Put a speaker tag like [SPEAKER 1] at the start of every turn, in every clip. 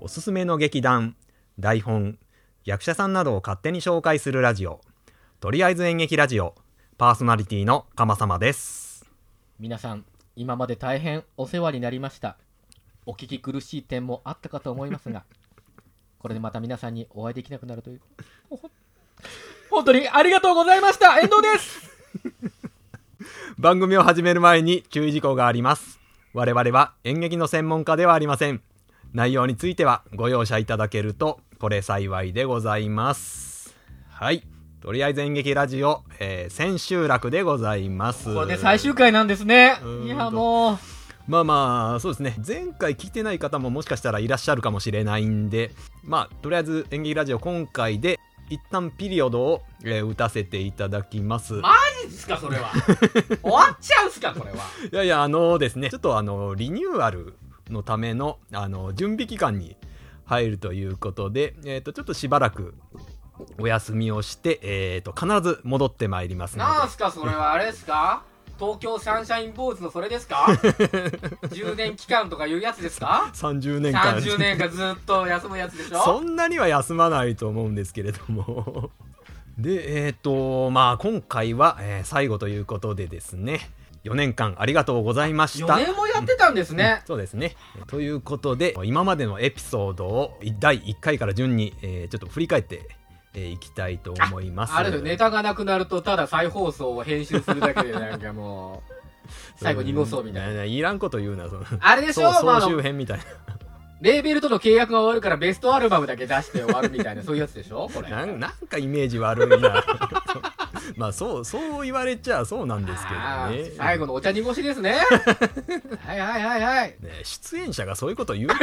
[SPEAKER 1] おすすめの劇団台本役者さんなどを勝手に紹介するラジオとりあえず演劇ラジオパーソナリティの鎌様です
[SPEAKER 2] 皆さん今まで大変お世話になりましたお聞き苦しい点もあったかと思いますが これでまた皆さんにお会いできなくなるというほほ本当にありがとうございました遠 藤です
[SPEAKER 1] 番組を始める前に注意事項があります我々は演劇の専門家ではありません内容についてはご容赦いただけるとこれ幸いでございますはいとりあえず演劇ラジオ、えー千秋楽でございます
[SPEAKER 2] これで最終回なんですね
[SPEAKER 1] うーんと
[SPEAKER 2] いやもう
[SPEAKER 1] まあまあそうですね前回聞いてない方ももしかしたらいらっしゃるかもしれないんでまあとりあえず演劇ラジオ今回で一旦ピリオドを、えー打たせていただきます、
[SPEAKER 2] マジですかそ れは終わっちゃうんすかこれはい
[SPEAKER 1] やいやあのですねちょっとあのリニューアルのためのあの準備期間に入るということで、えー、とちょっとしばらくお休みをして、えー、と必ず戻ってまいりますので
[SPEAKER 2] なんすかそれはあれですか東京サンシャインボーイズのそれですか 充電期間とかいうやつですか
[SPEAKER 1] 30年間
[SPEAKER 2] 30年間ずっと休むやつでし
[SPEAKER 1] そ
[SPEAKER 2] ょ
[SPEAKER 1] んなには休まないと思うんですけれど もでえっ、とまあ今回は、えー最後ということでですね4年間ありがとうございました
[SPEAKER 2] 4年もやってたんですね、
[SPEAKER 1] そうですねということで今までのエピソードを第1回から順に、えーちょっと振り返ってえーいきたいと思います
[SPEAKER 2] あれだよネタがなくなるとただ再放送を編集するだけでなんかもう最後にもそうみたいな
[SPEAKER 1] な。いらんこと言うな、その。
[SPEAKER 2] あれでしょ
[SPEAKER 1] そう
[SPEAKER 2] まああ
[SPEAKER 1] 総集
[SPEAKER 2] の
[SPEAKER 1] 編みたい
[SPEAKER 2] レーベルとの契約が終わるからベストアルバムだけ出して終わるみたいなそういうやつでしょこれ
[SPEAKER 1] な。なんなんかイメージ悪いな。 まあ、そう、そう言われちゃそうなんです
[SPEAKER 2] あ
[SPEAKER 1] けどね
[SPEAKER 2] ー。最後のお茶煮干しですねはいはいはいはい
[SPEAKER 1] ね出演者がそういうこと言う か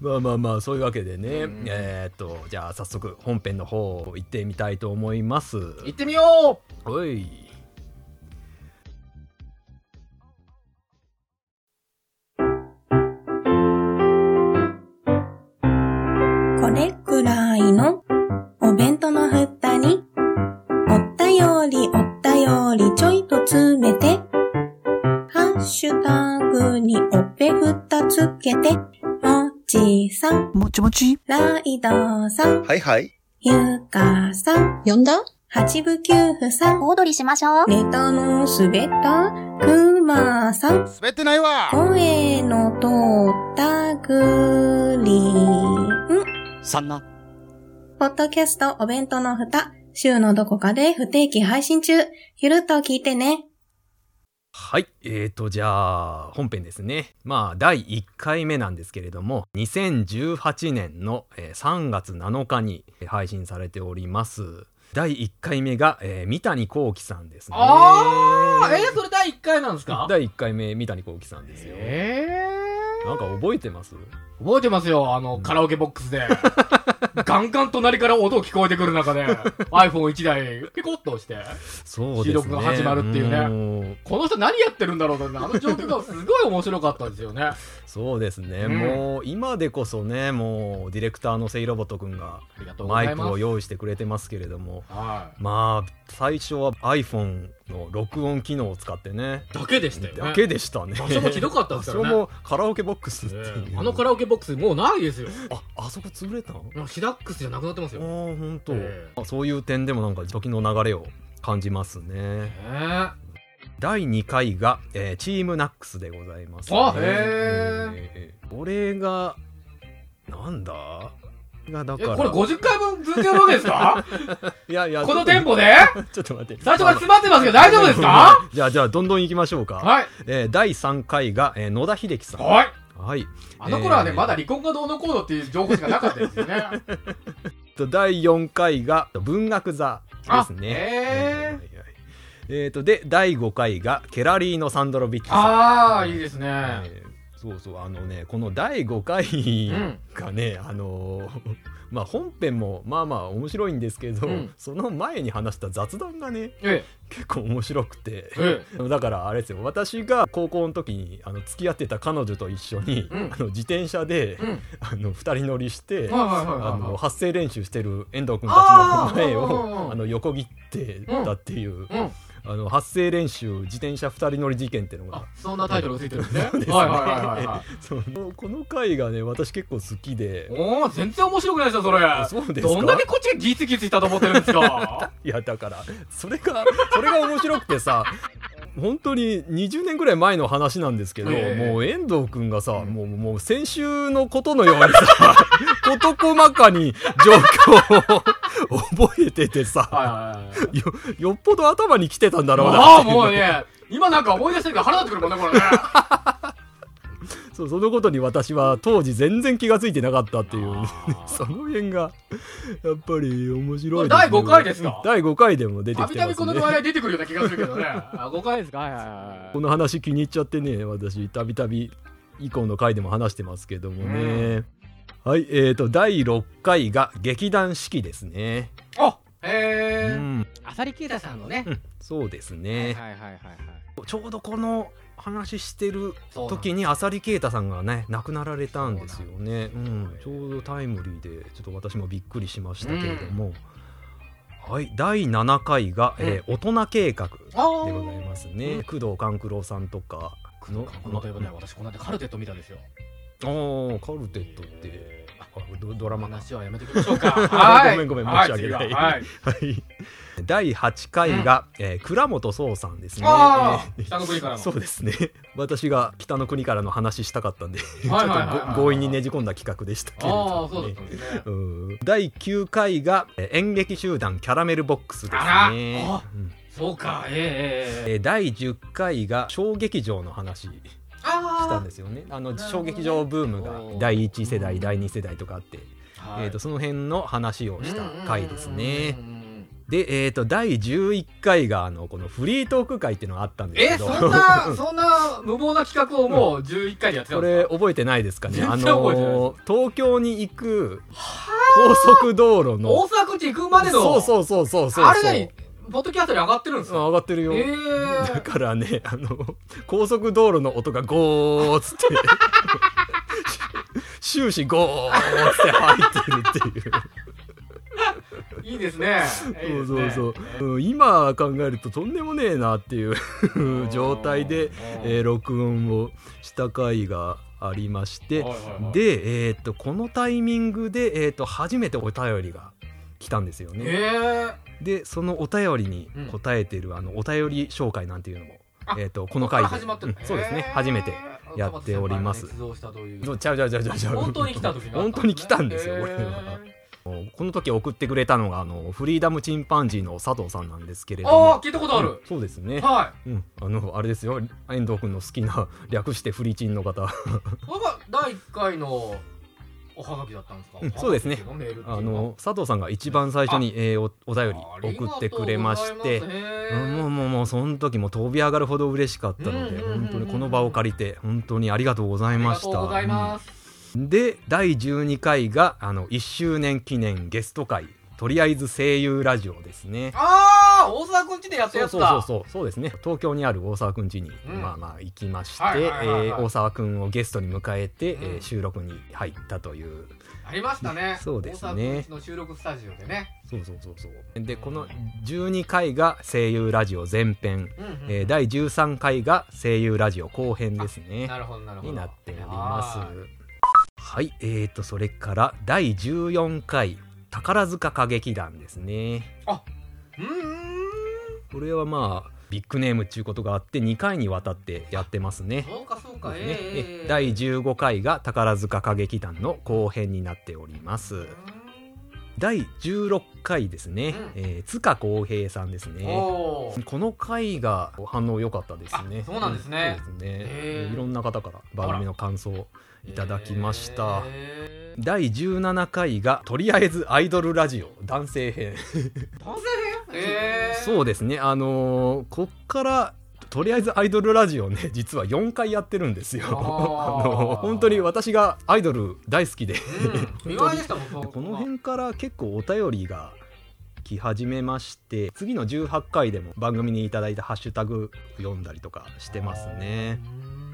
[SPEAKER 1] まあまあまあそういうわけでね、
[SPEAKER 2] うん
[SPEAKER 1] えーっとじゃあ早速本編の方行ってみたいと思います
[SPEAKER 2] 行ってみよう
[SPEAKER 1] おい
[SPEAKER 3] これくらいのお弁当のふたに、おったよりおったよりちょいと詰めて、ハッシュタグにおべふたつけて、もちさん、
[SPEAKER 4] もちもち
[SPEAKER 3] ライドさん、
[SPEAKER 5] はいはい。
[SPEAKER 3] ゆうかさん、
[SPEAKER 6] 呼んだ
[SPEAKER 3] 八部九夫さん、
[SPEAKER 6] 大踊りしましょう。
[SPEAKER 3] ネタのすべた、くまさん、
[SPEAKER 5] 滑ってないわ
[SPEAKER 3] 声のとったぐりん。
[SPEAKER 4] さんな。
[SPEAKER 3] ポッドキャストお弁当の蓋、週のどこかで不定期配信中。ゆるっと聞いてね。
[SPEAKER 1] はいえーっとじゃあ本編ですねまあ第1回目なんですけれども2018年のえー3月7日に配信されております第1回目が、えー三谷幸喜さんですね
[SPEAKER 2] ああえー、それ第1回なんですか
[SPEAKER 1] 第1回目三谷幸喜さんですよ
[SPEAKER 2] えー
[SPEAKER 1] なんか覚えてます
[SPEAKER 2] 覚えてますよ、あの、カラオケボック スで。ガンガン隣から音聞こえてくる中で、iPhone1 台、ピコッと押して。
[SPEAKER 1] そうですね。
[SPEAKER 2] 収録が始まるっていうね
[SPEAKER 1] もう
[SPEAKER 2] この人何やってるんだろうと、あの状況がすごい面白かったんですよ ね。
[SPEAKER 1] そうですね。
[SPEAKER 2] うん
[SPEAKER 1] もう今でこそね、もうディレクターのセイロボットくんが
[SPEAKER 2] ありがとうござ
[SPEAKER 1] マイ
[SPEAKER 2] い
[SPEAKER 1] ク
[SPEAKER 2] ま
[SPEAKER 1] を
[SPEAKER 2] す。
[SPEAKER 1] 用意してくれてますけれども、
[SPEAKER 2] は
[SPEAKER 1] まあ最初は iPhone の録音機能を使ってね、
[SPEAKER 2] い。だけでしたよね。
[SPEAKER 1] だけでしたね。
[SPEAKER 2] 場所もひどかったですからね
[SPEAKER 1] 場所もカラオケボックスっていう。
[SPEAKER 2] ねあのカラオケボックスもうないですよ。
[SPEAKER 1] ああそこ潰れたの？
[SPEAKER 2] シダックスじゃなくなってます
[SPEAKER 1] ああ
[SPEAKER 2] よ。ね
[SPEAKER 1] 本当。
[SPEAKER 2] ええ
[SPEAKER 1] あそういう点でもなんか時の流れを感じますね。
[SPEAKER 2] えー。
[SPEAKER 1] 第2回が、えーチームナックスでございます、
[SPEAKER 2] あへー
[SPEAKER 1] えーこれがなんだがだ
[SPEAKER 2] え、
[SPEAKER 1] から
[SPEAKER 2] これ50回分ずっとやるわけで すか
[SPEAKER 1] いやいや
[SPEAKER 2] この
[SPEAKER 1] ちょ
[SPEAKER 2] テ
[SPEAKER 1] っ
[SPEAKER 2] ン
[SPEAKER 1] と
[SPEAKER 2] ポで
[SPEAKER 1] ちょっと待って
[SPEAKER 2] 最初から詰まってますけど大丈夫ですか
[SPEAKER 1] じゃあじゃあどんどん行きましょうか、
[SPEAKER 2] はい。
[SPEAKER 1] えー第3回が、えー野田秀樹さん
[SPEAKER 2] はい。
[SPEAKER 1] はい
[SPEAKER 2] あの頃はね、
[SPEAKER 1] えー
[SPEAKER 2] まだ離婚がどうのこうのっていう情報しかなかったですよね。
[SPEAKER 1] と第4回が文学座ですね
[SPEAKER 2] あへー
[SPEAKER 1] はいはいはいえーとで第5回がケラリーノ・サンドロビッチさん
[SPEAKER 2] ああ、いいですね。
[SPEAKER 1] えーそうそうあのねこの第5回
[SPEAKER 2] ん
[SPEAKER 1] がね、あのー まあ本編もまあまあ面白いんですけど、
[SPEAKER 2] うん
[SPEAKER 1] その前に話した雑談がね
[SPEAKER 2] え
[SPEAKER 1] 結構面白くて
[SPEAKER 2] え、え
[SPEAKER 1] だからあれですよ私が高校の時にあの付き合ってた彼女と一緒に、
[SPEAKER 2] うん
[SPEAKER 1] あの自転車で、
[SPEAKER 2] え。うん。
[SPEAKER 1] あの2人乗りして。
[SPEAKER 2] はいはいはい
[SPEAKER 1] あの
[SPEAKER 2] は
[SPEAKER 1] 発声練習してる遠藤君たちの
[SPEAKER 2] あー
[SPEAKER 1] 前
[SPEAKER 2] うんうんう
[SPEAKER 1] を
[SPEAKER 2] ん
[SPEAKER 1] あの横切ってたっていう、
[SPEAKER 2] いはい。うん。
[SPEAKER 1] あの発声練習自転車2人乗り事件っていうのが
[SPEAKER 2] あそんなタイトルがついてるんですね。はいはいはいはいはい。
[SPEAKER 1] そうこの回がね私結構好きで
[SPEAKER 2] おお全然面白くないですよそれ
[SPEAKER 1] そうですか
[SPEAKER 2] どんだけこっちがギツギツしたと思ってるんですか
[SPEAKER 1] いやだからそれがそれが面白くてさ本当に20年ぐらい前の話なんですけど、
[SPEAKER 2] ええ
[SPEAKER 1] もう遠藤君がさ、
[SPEAKER 2] うん
[SPEAKER 1] もうもう先週のことのようにさ事細かに状況を 覚えててさ、
[SPEAKER 2] はいはいはい
[SPEAKER 1] よよっぽど頭に来てたんだろうな
[SPEAKER 2] ああもうね今なんか思い出してるから腹立ってくるもんねこれね
[SPEAKER 1] そうそのことに私は当時全然気がついてなかったっていう
[SPEAKER 2] あ
[SPEAKER 1] その辺がやっぱり面白い
[SPEAKER 2] これ第五回ですか
[SPEAKER 1] 第5回でも出て
[SPEAKER 2] た
[SPEAKER 1] き
[SPEAKER 2] び
[SPEAKER 1] て
[SPEAKER 2] た
[SPEAKER 1] ま
[SPEAKER 2] び
[SPEAKER 1] す
[SPEAKER 2] こ
[SPEAKER 1] ね
[SPEAKER 2] の笑い出てくるような気がするけどねあ誤解ですかはいはいはい
[SPEAKER 1] この話気に入っちゃってね私たびたび以降の回でも話してますけどもね、はいえーと第6回が劇団四季ですね
[SPEAKER 2] あ
[SPEAKER 1] う
[SPEAKER 2] へえ
[SPEAKER 1] ん
[SPEAKER 2] 浅利啓太さんのね
[SPEAKER 1] そうです
[SPEAKER 2] はいはい
[SPEAKER 1] ね
[SPEAKER 2] はいはい
[SPEAKER 1] ちょうどこの話してる
[SPEAKER 2] そうなんです
[SPEAKER 1] 時に浅利啓太さんがね亡くなられたんですよねう
[SPEAKER 2] そうなん
[SPEAKER 1] ん
[SPEAKER 2] です
[SPEAKER 1] ちょうどタイムリーでちょっと私もびっくりしましたけれども、はい第7回が、えー大人計画」
[SPEAKER 2] ああ
[SPEAKER 1] でございますね、工藤官九郎さんとかの
[SPEAKER 2] この例えばね私この間カルテット見たんですよ
[SPEAKER 1] ああカルテットってあドドラマな
[SPEAKER 2] 話はやめてきましょうかは
[SPEAKER 1] ごめんごめん
[SPEAKER 2] は
[SPEAKER 1] 申し訳ない
[SPEAKER 2] 次ははい
[SPEAKER 1] はい第8回が、えー倉本壮さんですね
[SPEAKER 2] ああ
[SPEAKER 1] えー
[SPEAKER 2] 北の国からの
[SPEAKER 1] そうですね私が北の国からの話したかったんでちょっ
[SPEAKER 2] はい
[SPEAKER 1] と
[SPEAKER 2] はいはいはい
[SPEAKER 1] ご強引にねじ込んだ企画でしたけれ
[SPEAKER 2] ああ
[SPEAKER 1] ど
[SPEAKER 2] そ
[SPEAKER 1] も
[SPEAKER 2] うだっ
[SPEAKER 1] ね
[SPEAKER 2] たんですね
[SPEAKER 1] うん第9回がえー演劇集団キャラメルボックスです
[SPEAKER 2] あら
[SPEAKER 1] ね
[SPEAKER 2] あ、
[SPEAKER 1] うん
[SPEAKER 2] そうかええええええ
[SPEAKER 1] えー第10回が小劇場の話し
[SPEAKER 2] あ
[SPEAKER 1] た
[SPEAKER 2] あ
[SPEAKER 1] んですよねあの
[SPEAKER 2] なるほどね
[SPEAKER 1] 小劇場ブームが第1世代第2世代とかあって
[SPEAKER 2] はい
[SPEAKER 1] えー、とその辺の話をした回ですね
[SPEAKER 2] うん。うんうんうんうん。
[SPEAKER 1] で、えー、と第11回があのこのフリートーク会っていうのがあったんですけ
[SPEAKER 2] え
[SPEAKER 1] ど
[SPEAKER 2] そんなそんな無謀な企画をもう11回でやってた
[SPEAKER 1] こ
[SPEAKER 2] んで
[SPEAKER 1] れ
[SPEAKER 2] すか
[SPEAKER 1] 覚えてないですかね
[SPEAKER 2] 全
[SPEAKER 1] あ
[SPEAKER 2] 然覚えてない
[SPEAKER 1] の東京に行く高速道路
[SPEAKER 2] 大
[SPEAKER 1] の
[SPEAKER 2] 阪口行くまでの
[SPEAKER 1] そうそうそうそうそう
[SPEAKER 2] あれ何ポッドキャストに上がってるんで
[SPEAKER 1] うん
[SPEAKER 2] すか
[SPEAKER 1] 上がってるよ、
[SPEAKER 2] ええ
[SPEAKER 1] だからねあの高速道路の音がゴーっつって 終始ゴーっつって入ってるっていう。
[SPEAKER 2] いいですねいい
[SPEAKER 1] そう
[SPEAKER 2] です
[SPEAKER 1] そう
[SPEAKER 2] ね
[SPEAKER 1] そう、うん、今考えるととんでもねえなっていう状態で、えー録音をした回がありまして
[SPEAKER 2] はいはいはい
[SPEAKER 1] で、えー、とこのタイミングで、えー、と初めてお便りが来たんですよ
[SPEAKER 2] え
[SPEAKER 1] ね。
[SPEAKER 2] え
[SPEAKER 1] でそのお便りに答えてる、あのお便り紹介なんていうのも
[SPEAKER 2] あ、
[SPEAKER 1] えー、とこの回で
[SPEAKER 2] 始まってる
[SPEAKER 1] うんそうですね
[SPEAKER 2] ええ
[SPEAKER 1] 初めて。やっております
[SPEAKER 2] 岡本先輩が捏造したという
[SPEAKER 1] そうちゃうちゃうちゃうちゃうちゃう
[SPEAKER 2] 本当に来た時があった
[SPEAKER 1] 本当に来たんですよ、
[SPEAKER 2] ええ
[SPEAKER 1] これは。この時送ってくれたのがあのフリーダムチンパンジーの佐藤さんなんですけれども
[SPEAKER 2] ああ聞いたことあ
[SPEAKER 1] うん
[SPEAKER 2] る
[SPEAKER 1] そうですね、
[SPEAKER 2] はい
[SPEAKER 1] うん、あのあれですよ遠藤君の好きな 略してフリチンの方
[SPEAKER 2] これが第1回のおはがきだったんですか、
[SPEAKER 1] うんそうですね
[SPEAKER 2] メールっていう
[SPEAKER 1] あ
[SPEAKER 2] の
[SPEAKER 1] の佐藤さんが一番最初に、えーおお便
[SPEAKER 2] あ
[SPEAKER 1] り
[SPEAKER 2] りが
[SPEAKER 1] 送
[SPEAKER 2] とうございます
[SPEAKER 1] ってくれまして
[SPEAKER 2] へ
[SPEAKER 1] う
[SPEAKER 2] ー
[SPEAKER 1] んもうもうもうその時も飛び上がるほど嬉しかったので、
[SPEAKER 2] うんうんうんうん
[SPEAKER 1] 本当にこの場を借りて本当にありがとうござ
[SPEAKER 2] あ
[SPEAKER 1] い
[SPEAKER 2] り
[SPEAKER 1] ま
[SPEAKER 2] が
[SPEAKER 1] した
[SPEAKER 2] とうございます、
[SPEAKER 1] うんで第12回があの1周年記念ゲスト会とりあえず声優ラジオですね
[SPEAKER 2] ああ大沢くんちでやった
[SPEAKER 1] そ
[SPEAKER 2] や
[SPEAKER 1] う
[SPEAKER 2] つ
[SPEAKER 1] そうそう
[SPEAKER 2] だ
[SPEAKER 1] そうそうですね東京にある大沢くん家に、
[SPEAKER 2] うん
[SPEAKER 1] まあまあ行きまして、
[SPEAKER 2] はいはいはいはい
[SPEAKER 1] えー大沢くんをゲストに迎えて、えー
[SPEAKER 2] うん
[SPEAKER 1] 収録に入ったという
[SPEAKER 2] ありましたね
[SPEAKER 1] そうですね
[SPEAKER 2] 大沢くんちの収録スタジオでね、
[SPEAKER 1] そうそうそうそうでこの12回が声優ラジオ前編、
[SPEAKER 2] うんうん
[SPEAKER 1] えー第13回が声優ラジオ後編ですね
[SPEAKER 2] なるほどなるほど
[SPEAKER 1] になっております
[SPEAKER 2] はーい
[SPEAKER 1] はいえーとそれから第14回宝塚歌劇団ですね
[SPEAKER 2] うー
[SPEAKER 1] これはまあビッグネームっちゅうことがあって2回にわたってやってますね
[SPEAKER 2] んそうかそう
[SPEAKER 1] そう
[SPEAKER 2] か
[SPEAKER 1] ですね
[SPEAKER 2] えええ
[SPEAKER 1] え
[SPEAKER 2] え
[SPEAKER 1] 第15回が宝塚歌劇団の後編になっております
[SPEAKER 2] う
[SPEAKER 1] 第16回ですね、
[SPEAKER 2] うん
[SPEAKER 1] えー塚浩平さんです
[SPEAKER 2] ーん
[SPEAKER 1] ね
[SPEAKER 2] おー
[SPEAKER 1] この回が反応良かったですね
[SPEAKER 2] あそうなんですね
[SPEAKER 1] そうですね
[SPEAKER 2] へー
[SPEAKER 1] いろんな方から番組の感想をいただきました
[SPEAKER 2] え
[SPEAKER 1] 第17回がとりあえずアイドルラジオ男性編
[SPEAKER 2] ー、男性編えー、
[SPEAKER 1] そうですねあのーこっからとりあえずアイドルラジオね 実は4回やってるんですよ あ
[SPEAKER 2] あー
[SPEAKER 1] の本当に私がアイドル大好きで
[SPEAKER 2] うん、意外でしたもんそう
[SPEAKER 1] この辺から結構お便りが来始めまして次の18回でも番組にいただいたハッシュタグ読んだりとかしてますね
[SPEAKER 2] うーん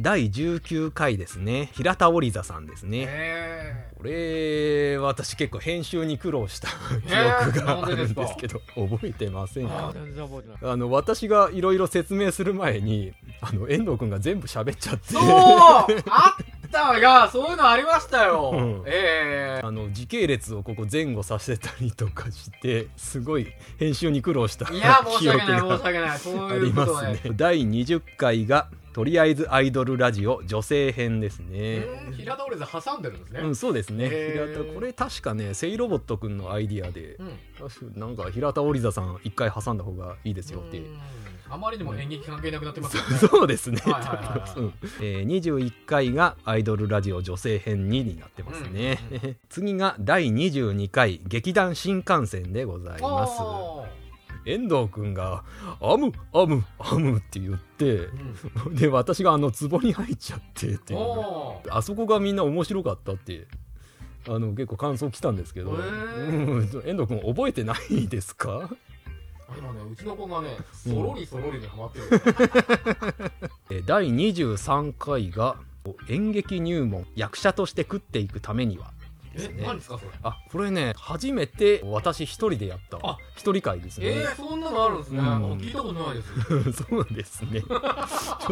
[SPEAKER 1] 第19回ですね平田織座さんですね、
[SPEAKER 2] え
[SPEAKER 1] これ私結構編集に苦労した記
[SPEAKER 2] え
[SPEAKER 1] 憶が
[SPEAKER 2] な
[SPEAKER 1] あ
[SPEAKER 2] んで
[SPEAKER 1] る
[SPEAKER 2] で
[SPEAKER 1] ん
[SPEAKER 2] すか
[SPEAKER 1] ですけど、覚えてませ
[SPEAKER 2] え
[SPEAKER 1] ん
[SPEAKER 2] あ
[SPEAKER 1] か
[SPEAKER 2] あ全然覚えてない
[SPEAKER 1] あの私がいろいろ説明する前にあの遠藤君が全部喋っちゃって
[SPEAKER 2] そうあったがそういうのありましたよ、
[SPEAKER 1] うん
[SPEAKER 2] ええ
[SPEAKER 1] あの時系列をここ前後させたりとかしてすごい編集に苦労した
[SPEAKER 2] いや申し訳ない
[SPEAKER 1] 記憶
[SPEAKER 2] 申し訳ないそう
[SPEAKER 1] あ
[SPEAKER 2] い
[SPEAKER 1] り
[SPEAKER 2] うこ
[SPEAKER 1] ま
[SPEAKER 2] と
[SPEAKER 1] す
[SPEAKER 2] はね
[SPEAKER 1] ね第20回が「とりあえずアイドルラジオ女性編」ですね
[SPEAKER 2] うん平田オレンジ挟んでるんですね、
[SPEAKER 1] うん、そうですね、
[SPEAKER 2] へー
[SPEAKER 1] 平田これ確かねセイロボットくんのアイディアで
[SPEAKER 2] うん
[SPEAKER 1] 確かなんか平田織座さん一回挟んだ方がいいですよって
[SPEAKER 2] うんあまりにも演劇関係なくなってますよ ね
[SPEAKER 1] そうですね、
[SPEAKER 2] はいはいはい
[SPEAKER 1] 多分うんえー21回が「アイドルラジオ女性編2」になってますね、 次が第22回劇団新幹線でございます
[SPEAKER 2] おー
[SPEAKER 1] 遠藤くんが「アムアムアム」って言って
[SPEAKER 2] う
[SPEAKER 1] で私があの壺に入っちゃってって
[SPEAKER 2] ん、
[SPEAKER 1] いう
[SPEAKER 2] おー
[SPEAKER 1] あそこがみんな面白かったってあの結構感想来たんですけど、
[SPEAKER 2] へー
[SPEAKER 1] うん遠藤君覚えてないですか、
[SPEAKER 2] 今ねうちの子がね
[SPEAKER 1] うん
[SPEAKER 2] そろりそろりにハマってる
[SPEAKER 1] え第23回が「演劇入門役者として食っていくためには」です
[SPEAKER 2] え
[SPEAKER 1] ね
[SPEAKER 2] 何ですかそれ
[SPEAKER 1] あこれね初めて私一人でやった
[SPEAKER 2] あ
[SPEAKER 1] 一人会ですね、
[SPEAKER 2] えー、そんなのあるんですね、
[SPEAKER 1] うん
[SPEAKER 2] あ聞いたことないで す
[SPEAKER 1] そうですねちょ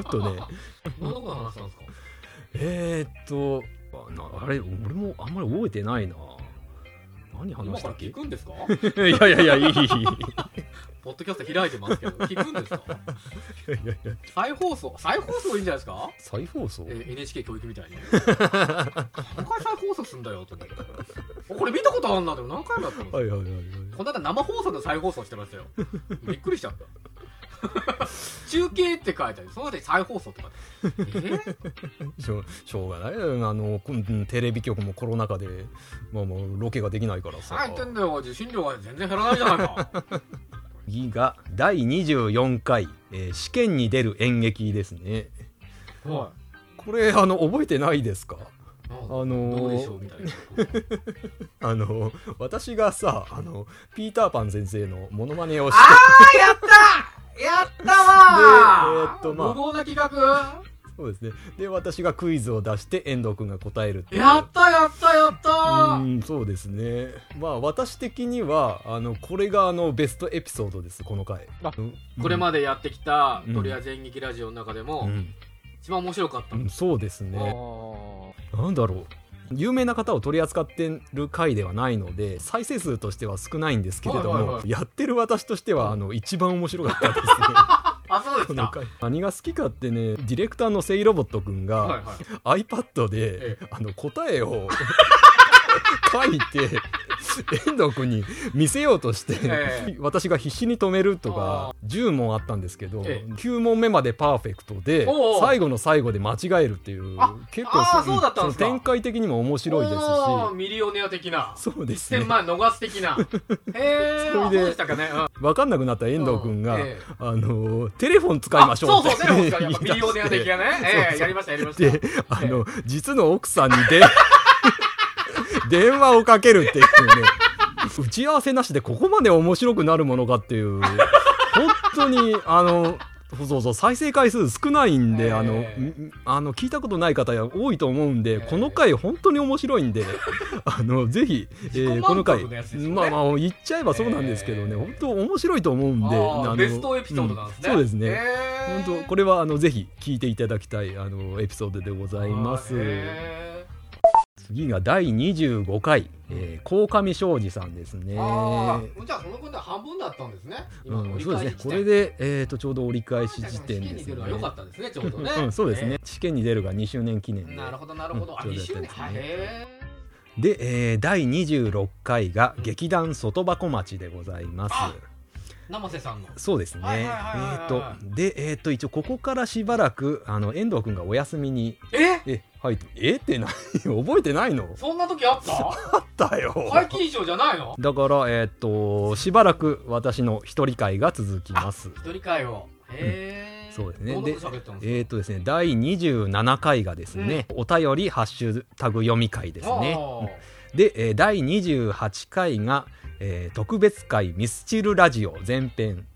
[SPEAKER 1] っとね
[SPEAKER 2] 何のことの話なんですか
[SPEAKER 1] えー、っとあなあれ俺もあんまり覚えてないな何
[SPEAKER 2] 今
[SPEAKER 1] 話した
[SPEAKER 2] から
[SPEAKER 1] っけ
[SPEAKER 2] 聞くんですか
[SPEAKER 1] いやいやいやいいいいいいい
[SPEAKER 2] ポッドキャスト開いてますけど聞くんですか
[SPEAKER 1] やいやいや
[SPEAKER 2] 再放送再放送いいんじゃないですか、
[SPEAKER 1] 再放送
[SPEAKER 2] えー NHK 教育みた いに何回再放送すんだよと思っておこれ見たことあんなでも何回もやったんです
[SPEAKER 1] はいはいはいはい
[SPEAKER 2] この間生放送で再放送してましたよびっくりしちゃった 中継って書いてあるその後に再放送って書いてある
[SPEAKER 1] しょしょうがないよあのこんテレビ局もコロナ禍で、まあ、もうロケができないから
[SPEAKER 2] えー、何
[SPEAKER 1] さ
[SPEAKER 2] 言ってんだよ受信料が全然減らないじゃないか
[SPEAKER 1] 次が第24回、えー試験に出る演劇ですね
[SPEAKER 2] は
[SPEAKER 1] これあの覚えてないですか
[SPEAKER 2] い
[SPEAKER 1] あのー
[SPEAKER 2] どうでしょうみたいな
[SPEAKER 1] あの私がさあのピーターパン先生のモノマネをし
[SPEAKER 2] ああやったやったわ
[SPEAKER 1] でえーっとまあ
[SPEAKER 2] 無謀な企画
[SPEAKER 1] てそうですねで私がクイズを出して遠藤君が答えるっていう
[SPEAKER 2] やったやったやった
[SPEAKER 1] うんそうですねまあ私的にはあのこれがあのベストエピソードですこの回
[SPEAKER 2] あ
[SPEAKER 1] うん
[SPEAKER 2] これまでやってきた、
[SPEAKER 1] うん
[SPEAKER 2] とりあえず演劇ラジオの中でも、
[SPEAKER 1] うん
[SPEAKER 2] 一番面白かった
[SPEAKER 1] う
[SPEAKER 2] の、
[SPEAKER 1] んそうです
[SPEAKER 2] あ
[SPEAKER 1] ね
[SPEAKER 2] ー
[SPEAKER 1] なんだろう有名な方を取り扱ってる回ではないので再生数としては少ないんですけれども、
[SPEAKER 2] はいはいはい
[SPEAKER 1] やってる私としてはあの一番面白かったですね
[SPEAKER 2] あそう で
[SPEAKER 1] こ
[SPEAKER 2] し
[SPEAKER 1] の
[SPEAKER 2] た
[SPEAKER 1] 回何が好きかってねディレクターのセイロボットくんが、
[SPEAKER 2] はいはい
[SPEAKER 1] iPad で
[SPEAKER 2] え、
[SPEAKER 1] あの答えを 書いて遠藤君に見せようとして、
[SPEAKER 2] え
[SPEAKER 1] 私が必死に止めると
[SPEAKER 2] あ
[SPEAKER 1] か10問あったんですけど、
[SPEAKER 2] ええ
[SPEAKER 1] 9問目までパーフェクトで
[SPEAKER 2] おうおう
[SPEAKER 1] 最後の最後で間違えるっていう
[SPEAKER 2] あ
[SPEAKER 1] 結
[SPEAKER 2] あ
[SPEAKER 1] 構
[SPEAKER 2] ーそうだったんですか
[SPEAKER 1] その展開的にも面白いです
[SPEAKER 2] おーミリオネア的な
[SPEAKER 1] しそうです
[SPEAKER 2] 1000
[SPEAKER 1] ね
[SPEAKER 2] 万逃す的なへえ
[SPEAKER 1] それで
[SPEAKER 2] そうでしたかね、うん
[SPEAKER 1] 分かんなくなった遠藤君が、
[SPEAKER 2] うんええ
[SPEAKER 1] あのテレフォン使いましょう
[SPEAKER 2] あそうそうテレフォン使いやっぱミリオネア的
[SPEAKER 1] で
[SPEAKER 2] なね、ええやりましたやりました
[SPEAKER 1] で、あの、実の奥さんに で電話をかけるっていうね、打ち合わせなしでここまで面白くなるものかっていう、本当に、あの、そうそうそう再生回数少ないんで、
[SPEAKER 2] えー
[SPEAKER 1] あのんあの聞いたことない方多いと思うんで、
[SPEAKER 2] ー
[SPEAKER 1] この回本当に面白いんであのぜひ、え
[SPEAKER 2] 自己満足
[SPEAKER 1] この回
[SPEAKER 2] のやつですよね
[SPEAKER 1] まあまあ言っちゃえばそうなんですけどね、
[SPEAKER 2] えー
[SPEAKER 1] 本当面白いと思うんで
[SPEAKER 2] あー
[SPEAKER 1] あの
[SPEAKER 2] ベストエピソードなんです
[SPEAKER 1] う
[SPEAKER 2] ね、
[SPEAKER 1] んそうですね、
[SPEAKER 2] へ
[SPEAKER 1] 本
[SPEAKER 2] ー
[SPEAKER 1] 当これはあのぜひ聞いていただきたいあのエピソードでございます
[SPEAKER 2] へ
[SPEAKER 1] 次が第25回えー鴻上庄司さんですね
[SPEAKER 2] ーあーじゃあその分で半分だったんですね今
[SPEAKER 1] う
[SPEAKER 2] の
[SPEAKER 1] ん、
[SPEAKER 2] 折り
[SPEAKER 1] そう
[SPEAKER 2] 返
[SPEAKER 1] で
[SPEAKER 2] し
[SPEAKER 1] すね
[SPEAKER 2] 地
[SPEAKER 1] こ
[SPEAKER 2] 点
[SPEAKER 1] れで、えー、とちょうど折り返し時点
[SPEAKER 2] 試験
[SPEAKER 1] で
[SPEAKER 2] に
[SPEAKER 1] すね
[SPEAKER 2] 出るのは良かったですねちょうどね、
[SPEAKER 1] うん、そうですね試験に出るが2周年記念
[SPEAKER 2] え
[SPEAKER 1] で
[SPEAKER 2] えなるほどなるほど、
[SPEAKER 1] うん
[SPEAKER 2] あ2周年
[SPEAKER 1] ちょうどやった
[SPEAKER 2] は
[SPEAKER 1] んですね
[SPEAKER 2] へえ
[SPEAKER 1] で、えー第26回が
[SPEAKER 2] うん
[SPEAKER 1] 劇団外箱町でございます、
[SPEAKER 2] あ生瀬さんの
[SPEAKER 1] そうですね。
[SPEAKER 2] はい
[SPEAKER 1] え
[SPEAKER 2] はいはいはい
[SPEAKER 1] っと
[SPEAKER 2] は
[SPEAKER 1] でえっと一応ここからしばらくあの遠藤君がお休みに
[SPEAKER 2] え
[SPEAKER 1] えはい えって何覚えてないの？
[SPEAKER 2] そんな時あった
[SPEAKER 1] あったよ。
[SPEAKER 2] 皆既以上じゃないの
[SPEAKER 1] だから、えーっと、しばらく私の一人会が続きます。
[SPEAKER 2] 一人会をへえ、
[SPEAKER 1] そうですね
[SPEAKER 2] どんなこと喋ったんですか
[SPEAKER 1] えーっとですね、第27回がですね、お便りハッシュタグ読み会ですね。
[SPEAKER 2] あー
[SPEAKER 1] で、えー第28回が、えー特別会ミスチルラジオ前編。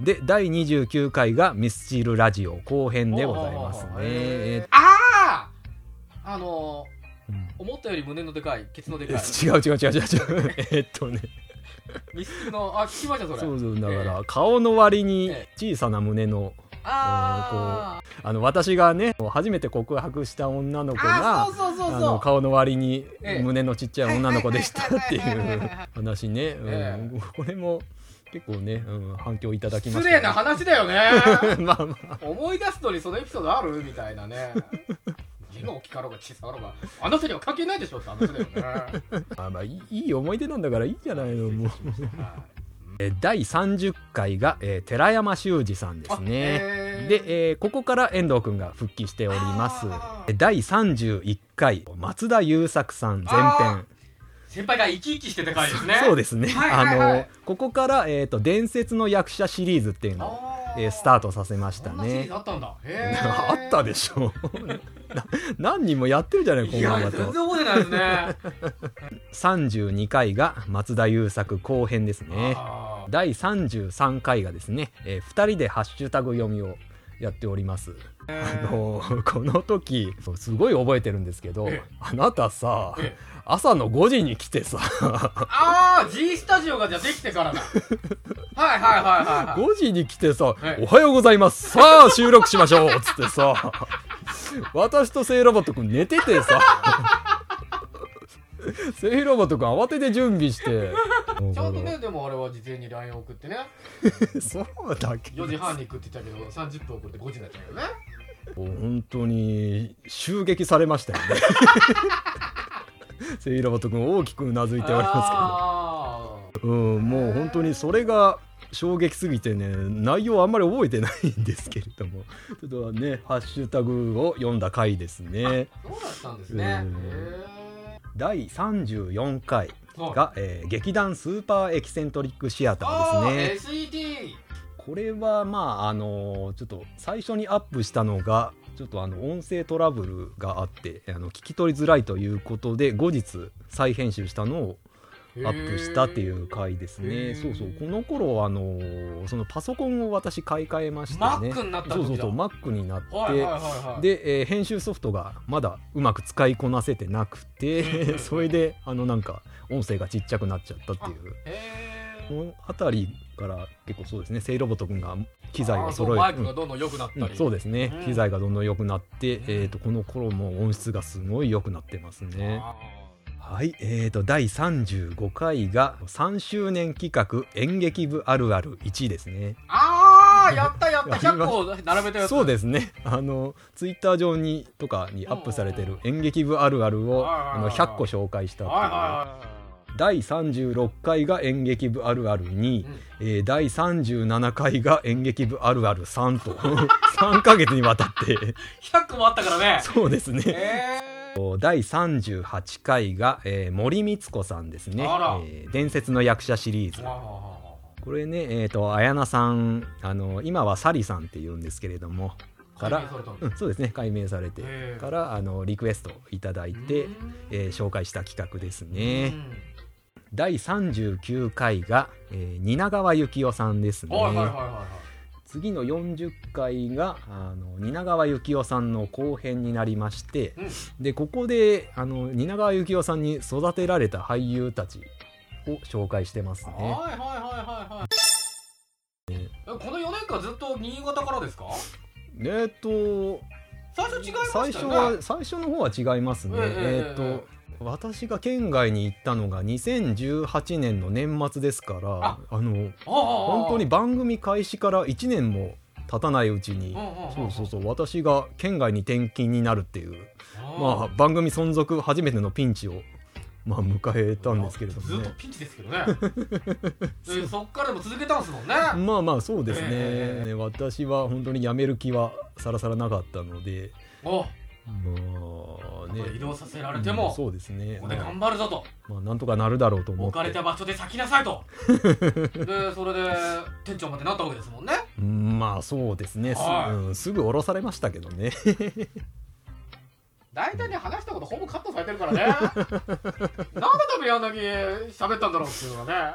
[SPEAKER 1] で第29回が「ミスチルラジオ」後編でございますね
[SPEAKER 2] おー
[SPEAKER 1] え
[SPEAKER 2] あああの
[SPEAKER 1] ーうん
[SPEAKER 2] ー、思ったより胸のでかい、ケツのでかい。
[SPEAKER 1] 違う違う違う違う違う えっとね
[SPEAKER 2] ミスチルの、あ、聞きました、それ。
[SPEAKER 1] そうそうだか
[SPEAKER 2] え
[SPEAKER 1] ら顔の割に
[SPEAKER 2] え
[SPEAKER 1] 小さな胸の
[SPEAKER 2] えあー
[SPEAKER 1] あの私がね初めて告白した女の子
[SPEAKER 2] あ
[SPEAKER 1] が
[SPEAKER 2] ー、そうそうそ
[SPEAKER 1] あ
[SPEAKER 2] うそ
[SPEAKER 1] の
[SPEAKER 2] う。
[SPEAKER 1] 顔の割に
[SPEAKER 2] ええ
[SPEAKER 1] 胸のちっちゃい女の子でしたってい
[SPEAKER 2] はいはいはいはいうはい
[SPEAKER 1] 話ね、うん
[SPEAKER 2] え
[SPEAKER 1] これも結構ね、うん反響いただきま
[SPEAKER 2] 失
[SPEAKER 1] した
[SPEAKER 2] 礼な話だよね
[SPEAKER 1] まあまあ
[SPEAKER 2] 思い出すのにそのエピソードあるみたい なね字が大きかろうが小さかろうがあなたには関係ないでしょって話だよね、はい
[SPEAKER 1] まあまあいいいい思い出なんだからいいじゃないのもうえ第30回が、えー寺山修司さんで
[SPEAKER 2] あ
[SPEAKER 1] すね
[SPEAKER 2] えー
[SPEAKER 1] で、えーここから遠藤くんが復帰しております
[SPEAKER 2] あー
[SPEAKER 1] え第31回松田優作さん前編
[SPEAKER 2] あ先輩が生き生きしててかいですね
[SPEAKER 1] そうですね、
[SPEAKER 2] はいはいは
[SPEAKER 1] あ
[SPEAKER 2] い
[SPEAKER 1] のここから、えーと「伝説の役者」シリーズっていうのを、
[SPEAKER 2] あ
[SPEAKER 1] えースター
[SPEAKER 2] ト
[SPEAKER 1] トさせまし
[SPEAKER 2] したたね
[SPEAKER 1] ね
[SPEAKER 2] あったんだへ ー
[SPEAKER 1] あったでしょ な何人もやってるじゃないこ
[SPEAKER 2] い
[SPEAKER 1] んな
[SPEAKER 2] や
[SPEAKER 1] こ
[SPEAKER 2] 全然
[SPEAKER 1] と
[SPEAKER 2] 覚えてないですね
[SPEAKER 1] 32回が松田優作後編ですね
[SPEAKER 2] あー
[SPEAKER 1] 第33回がですね、え2人でハッシュタグ読みをやっております、あのこの時すごい覚えてるんですけど、
[SPEAKER 2] ええ
[SPEAKER 1] あなたさ、
[SPEAKER 2] ええ
[SPEAKER 1] 朝の5時に来てさ
[SPEAKER 2] あー G スタジオがじゃあできてからだはいはいはいはいはい
[SPEAKER 1] 5時に来てさ、
[SPEAKER 2] ええ
[SPEAKER 1] おはようございますさあ収録しましょうつってさ私とセイロボットくん寝ててさセイロボットくん慌てて準備して
[SPEAKER 2] ちゃんとね、でもあれは事前に LINE 送ってね、
[SPEAKER 1] そうだけど
[SPEAKER 2] 4時半に行くって言ったけど、30分遅れて5時になっちゃうよね。
[SPEAKER 1] 本当に襲撃されましたよね セイロボット君大きくうなずいておりま
[SPEAKER 2] あ
[SPEAKER 1] すけど、うん、もう本当にそれが衝撃すぎてね内容あんまり覚えてないんですけれどもちょっとねハッシュタグを読んだ回ですね
[SPEAKER 2] ーそうだったんです
[SPEAKER 1] う
[SPEAKER 2] ね。
[SPEAKER 1] ん
[SPEAKER 2] へ
[SPEAKER 1] 第34回
[SPEAKER 2] ーはい
[SPEAKER 1] が、えー劇団スーパーエキセントリックシアタ
[SPEAKER 2] あ
[SPEAKER 1] ーですね
[SPEAKER 2] ー SET!
[SPEAKER 1] これはまああのちょっと最初にアップしたのがちょっとあの音声トラブルがあってあの聞き取りづらいということで後日再編集したのをアップしたっていう回です
[SPEAKER 2] へ
[SPEAKER 1] ね
[SPEAKER 2] ー
[SPEAKER 1] そうそうこの頃あのそのパソコンを私買い替えましたね
[SPEAKER 2] Mac になった時
[SPEAKER 1] そ
[SPEAKER 2] だ
[SPEAKER 1] うそうそう Mac になって、
[SPEAKER 2] はいはいはいはい。
[SPEAKER 1] で、えー編集ソフトがまだうまく使いこなせてなく
[SPEAKER 2] うんうんう
[SPEAKER 1] て
[SPEAKER 2] ん
[SPEAKER 1] それであのなんか音声がちっちゃくなっちゃったっていう
[SPEAKER 2] へ
[SPEAKER 1] こ
[SPEAKER 2] ー、
[SPEAKER 1] の辺りから結構そうですねセイロボット君が機材
[SPEAKER 2] あ
[SPEAKER 1] を
[SPEAKER 2] ーそう
[SPEAKER 1] 揃
[SPEAKER 2] マ
[SPEAKER 1] え
[SPEAKER 2] イ
[SPEAKER 1] て
[SPEAKER 2] クがどんどん良くなった
[SPEAKER 1] うん
[SPEAKER 2] り。
[SPEAKER 1] うんそうですね、
[SPEAKER 2] うん
[SPEAKER 1] 機材がどんどん良くなって、えー、とこの頃も音質がすごい良くなってますね
[SPEAKER 2] あ
[SPEAKER 1] はいえー、と第35回が3周年企画演劇部あるある1ですね
[SPEAKER 2] ーあー、やったやった、
[SPEAKER 1] やりま
[SPEAKER 2] 100個並べたやつ。
[SPEAKER 1] そう
[SPEAKER 2] で
[SPEAKER 1] ですねあのツイッター上にとかにアップされてる演劇部あるあるを
[SPEAKER 2] はいはいは
[SPEAKER 1] あ
[SPEAKER 2] い
[SPEAKER 1] の100個紹介したっていう
[SPEAKER 2] はいはいは
[SPEAKER 1] 第36回が演劇部あるある2、
[SPEAKER 2] うん
[SPEAKER 1] えー第37回が演劇部あるある3と 3ヶ月にわた って
[SPEAKER 2] い。100個もあったからね。
[SPEAKER 1] そうですね
[SPEAKER 2] へ
[SPEAKER 1] 第38回が、えー森光子さんですね
[SPEAKER 2] あら
[SPEAKER 1] 「えー伝説の役者」シリーズ
[SPEAKER 2] ー。あ
[SPEAKER 1] これねえーと綾菜さんあの今はサリさんって言うんですけれども
[SPEAKER 2] ー
[SPEAKER 1] か
[SPEAKER 2] 解
[SPEAKER 1] ら
[SPEAKER 2] 明されたんだ
[SPEAKER 1] うん、そうですね解明されて
[SPEAKER 2] へー
[SPEAKER 1] からあのリクエストいただいて
[SPEAKER 2] う、ん
[SPEAKER 1] えー紹介した企画です
[SPEAKER 2] う
[SPEAKER 1] ね、
[SPEAKER 2] ん
[SPEAKER 1] 第39回が、えー、蜷川幸雄さんですね、
[SPEAKER 2] はいはいはいはいはい。
[SPEAKER 1] 次の40回があの蜷川幸雄さんの後編になりまして、
[SPEAKER 2] うん
[SPEAKER 1] でここであの蜷川幸雄さんに育てられた俳優たちを紹介してます
[SPEAKER 2] はい
[SPEAKER 1] ね。
[SPEAKER 2] はいはいはいはい。えこの4年間ずっと新潟からですか
[SPEAKER 1] えっと
[SPEAKER 2] 最初違いました
[SPEAKER 1] 最
[SPEAKER 2] よね
[SPEAKER 1] 初は最初の方は違いますね。
[SPEAKER 2] ええ
[SPEAKER 1] えっ
[SPEAKER 2] ええ
[SPEAKER 1] と私が県外に行ったのが2018年の年末ですから
[SPEAKER 2] あ
[SPEAKER 1] あの
[SPEAKER 2] ああああ
[SPEAKER 1] 本当に番組開始から1年も経たないうちに
[SPEAKER 2] うんうんう
[SPEAKER 1] そう
[SPEAKER 2] ん
[SPEAKER 1] そうそう私が県外に転勤になるっていう
[SPEAKER 2] ああ
[SPEAKER 1] まあ、番組存続初めてのピンチを、まあ、迎えたんですけれど
[SPEAKER 2] ず
[SPEAKER 1] も
[SPEAKER 2] っと
[SPEAKER 1] ね。
[SPEAKER 2] ピンチですけど ねでそっからでも続けたんですもんね
[SPEAKER 1] まあまあそうですね、
[SPEAKER 2] ええ
[SPEAKER 1] ね私は本当に辞める気はさらさらなかったので
[SPEAKER 2] お
[SPEAKER 1] まあね
[SPEAKER 2] 移動させられても、
[SPEAKER 1] うんそうですね
[SPEAKER 2] ここで
[SPEAKER 1] まあ
[SPEAKER 2] 頑張るぞと
[SPEAKER 1] まあなんとかなるだろうと思っ
[SPEAKER 2] 置
[SPEAKER 1] て
[SPEAKER 2] かれた場所で咲きなさいと でそれで店長までなったわけですもんね
[SPEAKER 1] うんまあそうですねす,、
[SPEAKER 2] はい
[SPEAKER 1] うんすぐ降ろされましたけどね
[SPEAKER 2] 大体ね話したこと ほぼカットされてるからね何のためにあんなに喋ったんだろうっていうのがね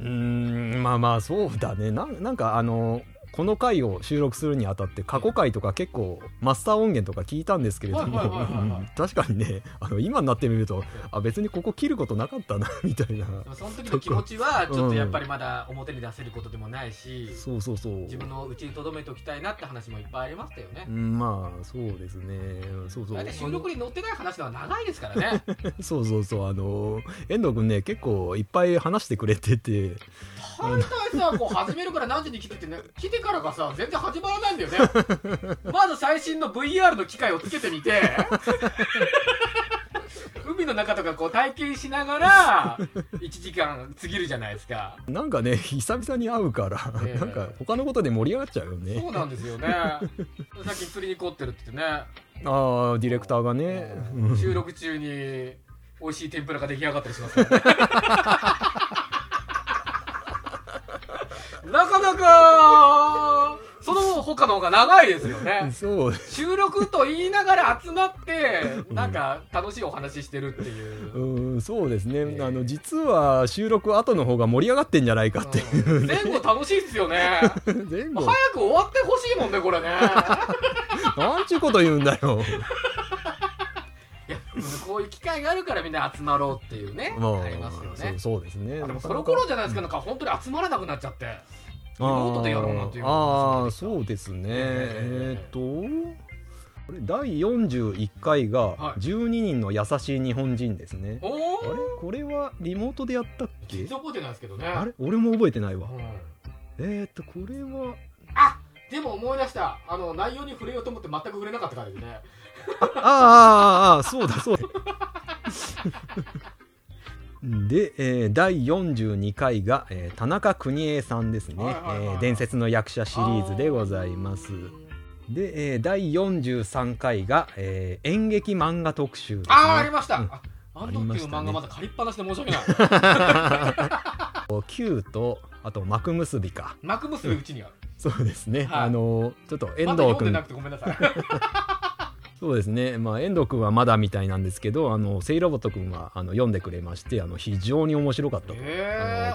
[SPEAKER 1] うーんまあまあそうだねなんなんかあのこの回を収録するにあたって過去回とか結構マスター音源とか聞いたんですけれども
[SPEAKER 7] はいはいはいはいはい
[SPEAKER 1] うん確かにねあの今になってみるとあ別にここ切ることなかったな みたいな
[SPEAKER 2] でもその時の気持ちはちょっとやっぱりまだ表に出せることでもないし、
[SPEAKER 1] そうそうそう
[SPEAKER 2] 自分のうちに留めておきたいなって話もいっぱいありましたよね
[SPEAKER 1] う、んまあそうですねそうそう
[SPEAKER 2] 大体収録に載ってない話では長いですからね
[SPEAKER 1] そうそうそうあの遠藤君ね結構いっぱい話してくれてて
[SPEAKER 2] 大体さこう始めるから何時に来てってね来てからがさ全然始まらないんだよねまず最新の VR の機械をつけてみて海の中とかこう体験しながら1時間過ぎるじゃないですか
[SPEAKER 1] なんかね 久々に会うから、
[SPEAKER 2] ええ
[SPEAKER 1] なんか他のことで盛り上がっちゃうよね
[SPEAKER 2] そうなんですよねさっき釣りに凝ってるって言ってね
[SPEAKER 1] ああディレクターがねうん
[SPEAKER 2] 収録中に美味しい天ぷらが出来上がったりしま すからねなかなかその他の方が長いですよね
[SPEAKER 1] そう
[SPEAKER 2] 収録と言いながら集まってなんか楽しいお話ししてるっていう
[SPEAKER 1] うん、そうですね、
[SPEAKER 2] ええ
[SPEAKER 1] あの実は収録後の方が盛り上がってんじゃないかっていう、
[SPEAKER 2] 前後楽しいっすよね
[SPEAKER 1] 前
[SPEAKER 2] 早
[SPEAKER 1] 後
[SPEAKER 2] く終わってほしいもんね これね
[SPEAKER 1] なんちゅうこと言うんだ よ
[SPEAKER 2] いやこういう機会があるからみんな集まろうっていうね
[SPEAKER 1] もう
[SPEAKER 2] ありますよ
[SPEAKER 1] そ
[SPEAKER 2] ね
[SPEAKER 1] うそうですね
[SPEAKER 2] あで
[SPEAKER 1] な
[SPEAKER 2] も
[SPEAKER 1] かなか
[SPEAKER 2] その頃じゃないですかなんか本当に集まらなくなっちゃってリモートでやろうなんていう
[SPEAKER 1] あーあーそうですねえ
[SPEAKER 2] え
[SPEAKER 1] ーっとこれ第41回が
[SPEAKER 2] はい
[SPEAKER 1] 12人の優しい日本人ですね、
[SPEAKER 2] お
[SPEAKER 1] あれ
[SPEAKER 2] お
[SPEAKER 1] これはリモートでやったっけ
[SPEAKER 2] 全然覚えてないですけどね
[SPEAKER 1] あれ俺も覚えてないわ
[SPEAKER 2] うん
[SPEAKER 1] えー、っとこれは
[SPEAKER 2] あでも思い出したあの内容に触れようと思って全く触れなかったからですね
[SPEAKER 1] あああああそうだそうだ。 で、えー第42回が、えー田中邦衛さんですね、
[SPEAKER 2] はいはいはいはい
[SPEAKER 1] えー伝説の役者」シリーズでございますで、えー第43回が、えー演劇漫画特集です、ね、
[SPEAKER 2] あーありました、
[SPEAKER 1] うん
[SPEAKER 2] ああの
[SPEAKER 1] あり
[SPEAKER 2] 時
[SPEAKER 1] ま
[SPEAKER 2] の
[SPEAKER 1] したね
[SPEAKER 2] 漫画まだ借りっぱなしで申し訳ない
[SPEAKER 1] Q とあと幕結びか
[SPEAKER 2] 幕結びうちにある
[SPEAKER 1] そうですね、
[SPEAKER 2] はい
[SPEAKER 1] あのちょっと遠
[SPEAKER 2] まだ
[SPEAKER 1] 藤
[SPEAKER 2] 読んで
[SPEAKER 1] 君、
[SPEAKER 2] なくてごめんなさい
[SPEAKER 1] そうですね、まあ、遠藤君はまだみたいなんですけどあのセイロボット君はあの読んでくれましてあの非常に面白かったと
[SPEAKER 2] へ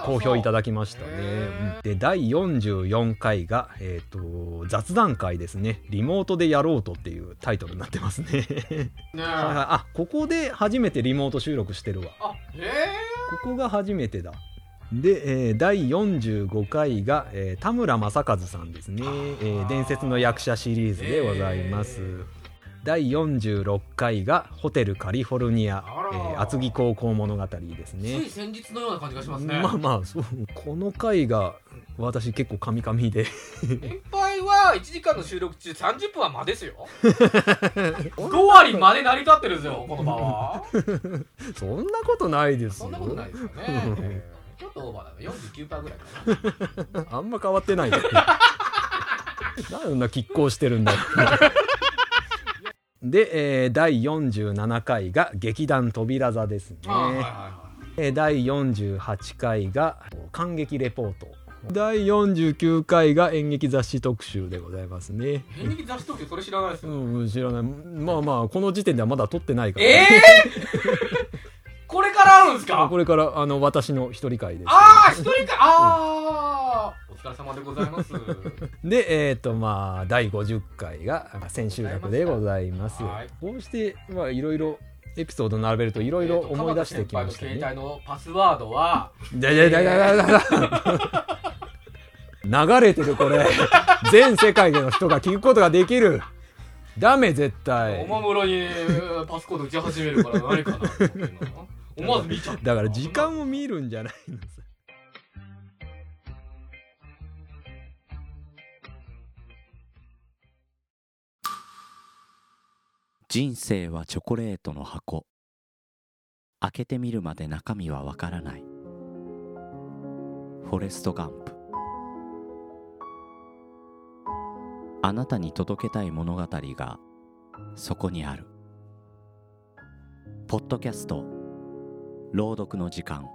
[SPEAKER 1] あの
[SPEAKER 2] ー
[SPEAKER 1] 好評いた
[SPEAKER 2] だ
[SPEAKER 1] だきましたね
[SPEAKER 2] へー。
[SPEAKER 1] うんで第44回が、えーと「雑談会ですねリモートでやろうと」っていうタイトルになってますね。
[SPEAKER 2] ね
[SPEAKER 1] はいはい
[SPEAKER 2] あ
[SPEAKER 1] あここで初めてリモート収録してるわ。
[SPEAKER 2] え
[SPEAKER 1] ここが初めてだ。で、えー第45回が、えー田村正和さんですね、えー伝説の役者」シリーズでございます。
[SPEAKER 2] えー
[SPEAKER 1] 第46回が「ホテルカリフォルニア
[SPEAKER 2] あ」ら
[SPEAKER 1] えー厚木高校物語です
[SPEAKER 2] ー
[SPEAKER 1] ね
[SPEAKER 2] つい。先日のような感じがしますね、
[SPEAKER 1] まあまあそうこの回が私結構カミカミで
[SPEAKER 2] 先輩は1時間の収録中30分は間 ですよ5割まで成り立ってるんですよこの場 は
[SPEAKER 1] そんなことないですよ
[SPEAKER 2] そんなことないですよね、え ーちょっとオーバーだね49%ぐらいかな
[SPEAKER 1] あんま変わってない なんでそんな拮抗してるんだ よで、えー第47回が劇団扉座ですね、
[SPEAKER 2] あーはいはいはい
[SPEAKER 1] えー第48回が感激レポート第49回が演劇雑誌特集でございますね
[SPEAKER 2] 演劇雑誌特集それ知らないです
[SPEAKER 1] う
[SPEAKER 2] よ、
[SPEAKER 1] んうん知らないまあまあこの時点ではまだ撮ってないから、
[SPEAKER 2] ええ これからあるんですか
[SPEAKER 1] これからあの私の一人会です
[SPEAKER 2] ああ一人かああお疲れ様でござ います
[SPEAKER 1] でえっ、とまあ第50回が千秋楽でございます
[SPEAKER 2] はい
[SPEAKER 1] こうしてまあいろいろエピソード並べるといろいろ思い出してきました
[SPEAKER 2] えーと鎌
[SPEAKER 1] ね。
[SPEAKER 2] 田先輩の携帯のパスワードは
[SPEAKER 1] だだだだだだだ流れてるこれ全世界での人が聞くことができるダメ絶対
[SPEAKER 2] おもむろにえーパスコード打ち始めるから何か なと思って今思わず見ちゃった
[SPEAKER 1] だから時間を見るんじゃないのさ
[SPEAKER 5] 人生はチョコレートの箱開けてみるまで中身はわからないフォレスト・ガンプあなたに届けたい物語がそこにあるポッドキャスト朗読の時間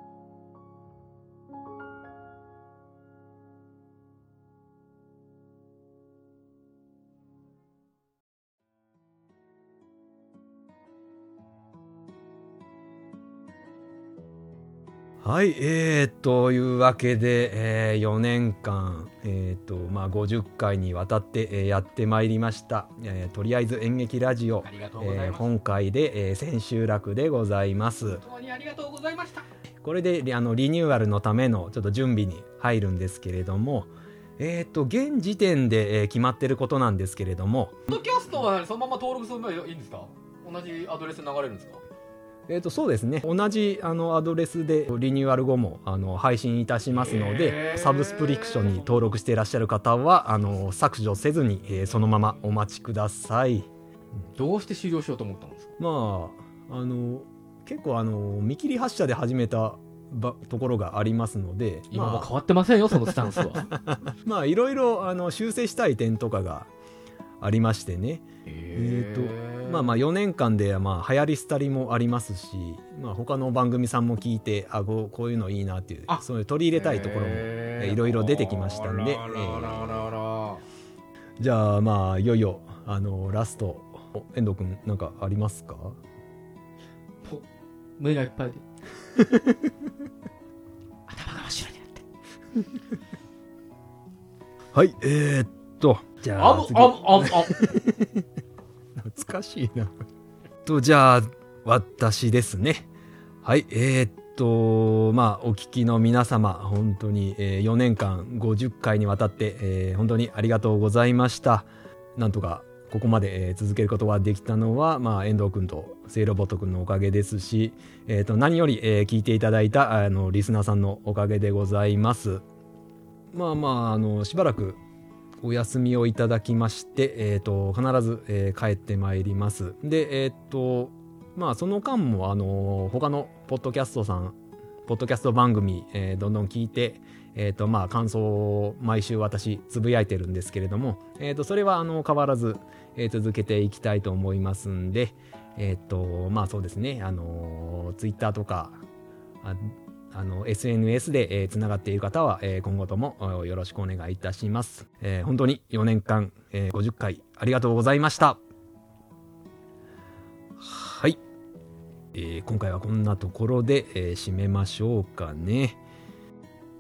[SPEAKER 1] はい、えー、というわけで、え4年間、えーとまあ、50回にわたって、えーやってまいりました、えーとりあえず演劇ラジオ
[SPEAKER 4] あ、りがとうござい
[SPEAKER 1] えー
[SPEAKER 4] ます。
[SPEAKER 1] 今回で、えー千秋楽でございます
[SPEAKER 4] 本当にありがとうございました。
[SPEAKER 1] これでリあのリニューアルのためのちょっと準備に入るんですけれどもえー、と現時点で、えー決まってることなんですけれども、
[SPEAKER 4] ポッドキャストはそのまま登録すればいいんですか同じアドレスで流れるんですか
[SPEAKER 1] えー、とそうですね同じあのアドレスでリニューアル後もあの配信いたしますの
[SPEAKER 4] へ
[SPEAKER 1] で
[SPEAKER 4] ー
[SPEAKER 1] サブスプリクションに登録していらっしゃる方はあの削除せずに、えーそのままお待ちください。
[SPEAKER 2] どうして終了しようと思ったんですか
[SPEAKER 1] まああの結構あの見切り発車で始めたばところがありますので
[SPEAKER 2] 今も
[SPEAKER 1] ま
[SPEAKER 2] う
[SPEAKER 1] あ
[SPEAKER 2] 変わってませんよ、そのスタンスは。
[SPEAKER 1] まあいろいろあの修正したい点とかがありましてね、
[SPEAKER 4] え
[SPEAKER 1] えまあまあ4年間でまあ流行り廃りもありますし、まあ、他の番組さんも聞いてあこうこういうのいいなっていう
[SPEAKER 4] あ
[SPEAKER 1] そういう取り入れたいところも
[SPEAKER 4] え
[SPEAKER 1] いろいろ出てきましたんで
[SPEAKER 4] あららららら
[SPEAKER 1] じゃあまあいよいよあのラストお遠藤君なんかありますか
[SPEAKER 2] 胸がいっぱいで。
[SPEAKER 1] はいえー、っとじゃあ
[SPEAKER 4] あぶ
[SPEAKER 1] 次
[SPEAKER 4] あぶあぶあぶ
[SPEAKER 1] 懐かしいな。と、じゃあ、私ですね。はい、えーっと、まあ、お聞きの皆様、本当に、え4年間50回にわたって、えー本当にありがとうございました。なんとか、ここまで、えー続けることができたのは、まあ、遠藤君と聖ロボット君のおかげですし、えーっと、何より、えー聞いていただいた、あの、リスナーさんのおかげでございます。まあまあ、あの、しばらく、お休みをいただきまして、えー、と必ず、えー帰ってまいりますでえっ、とまあその間もあのー他のポッドキャストさんポッドキャスト番組、えーどんどん聞いてえー、とまあ感想を毎週私つぶやいてるんですけれども、えー、とそれはあの変わらず、えー続けていきたいと思いますんでえっ、とまあそうですねあのツイッター Twitter とかああの SNS でつな、繋がっている方は、えー今後ともおよろしくお願いいたします、えー本当に4年間、えー50回ありがとうございましたはい、えー今回はこんなところで、えー締めましょうかね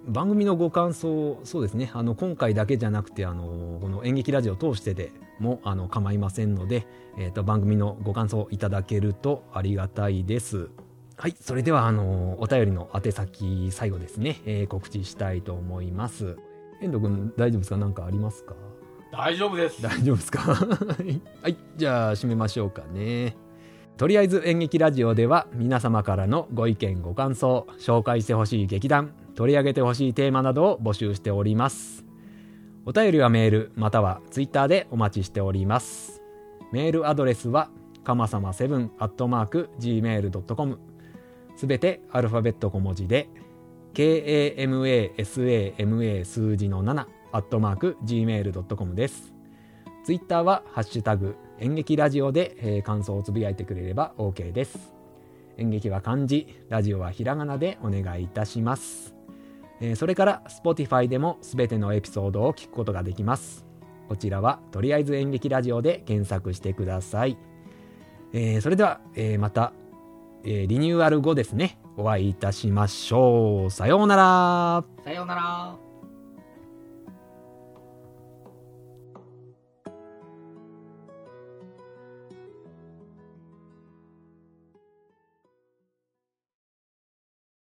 [SPEAKER 1] 番組のご感想そうですねあの今回だけじゃなくてあのこの演劇ラジオを通してでもあの構いませんので、えー、と番組のご感想いただけるとありがたいですはい、それではあのお便りの宛先最後ですね、えー告知したいと思います。遠藤君大丈夫ですか？何かありますか？
[SPEAKER 4] 大丈夫です
[SPEAKER 1] 大丈夫ですかはい、じゃあ締めましょうかね。とりあえず演劇ラジオでは皆様からのご意見ご感想、紹介してほしい劇団、取り上げてほしいテーマなどを募集しております。お便りはメールまたはツイッターでお待ちしております。メールアドレスはかまさま7 gmail.com すべてアルファベット小文字で kamasama 数字の7 gmail.com です。ツイッターは「ハッシュタグ演劇ラジオで」えー感想をつぶやいてくれれば OK です。演劇は漢字、ラジオはひらがなでお願いいたします。えーそれから Spotify でもすべてのエピソードを聞くことができます。こちらはとりあえず演劇ラジオで検索してください。えーそれでは、えーまた、えーリニューアル後ですね、お会いいたしましょう。さようなら。
[SPEAKER 4] さようなら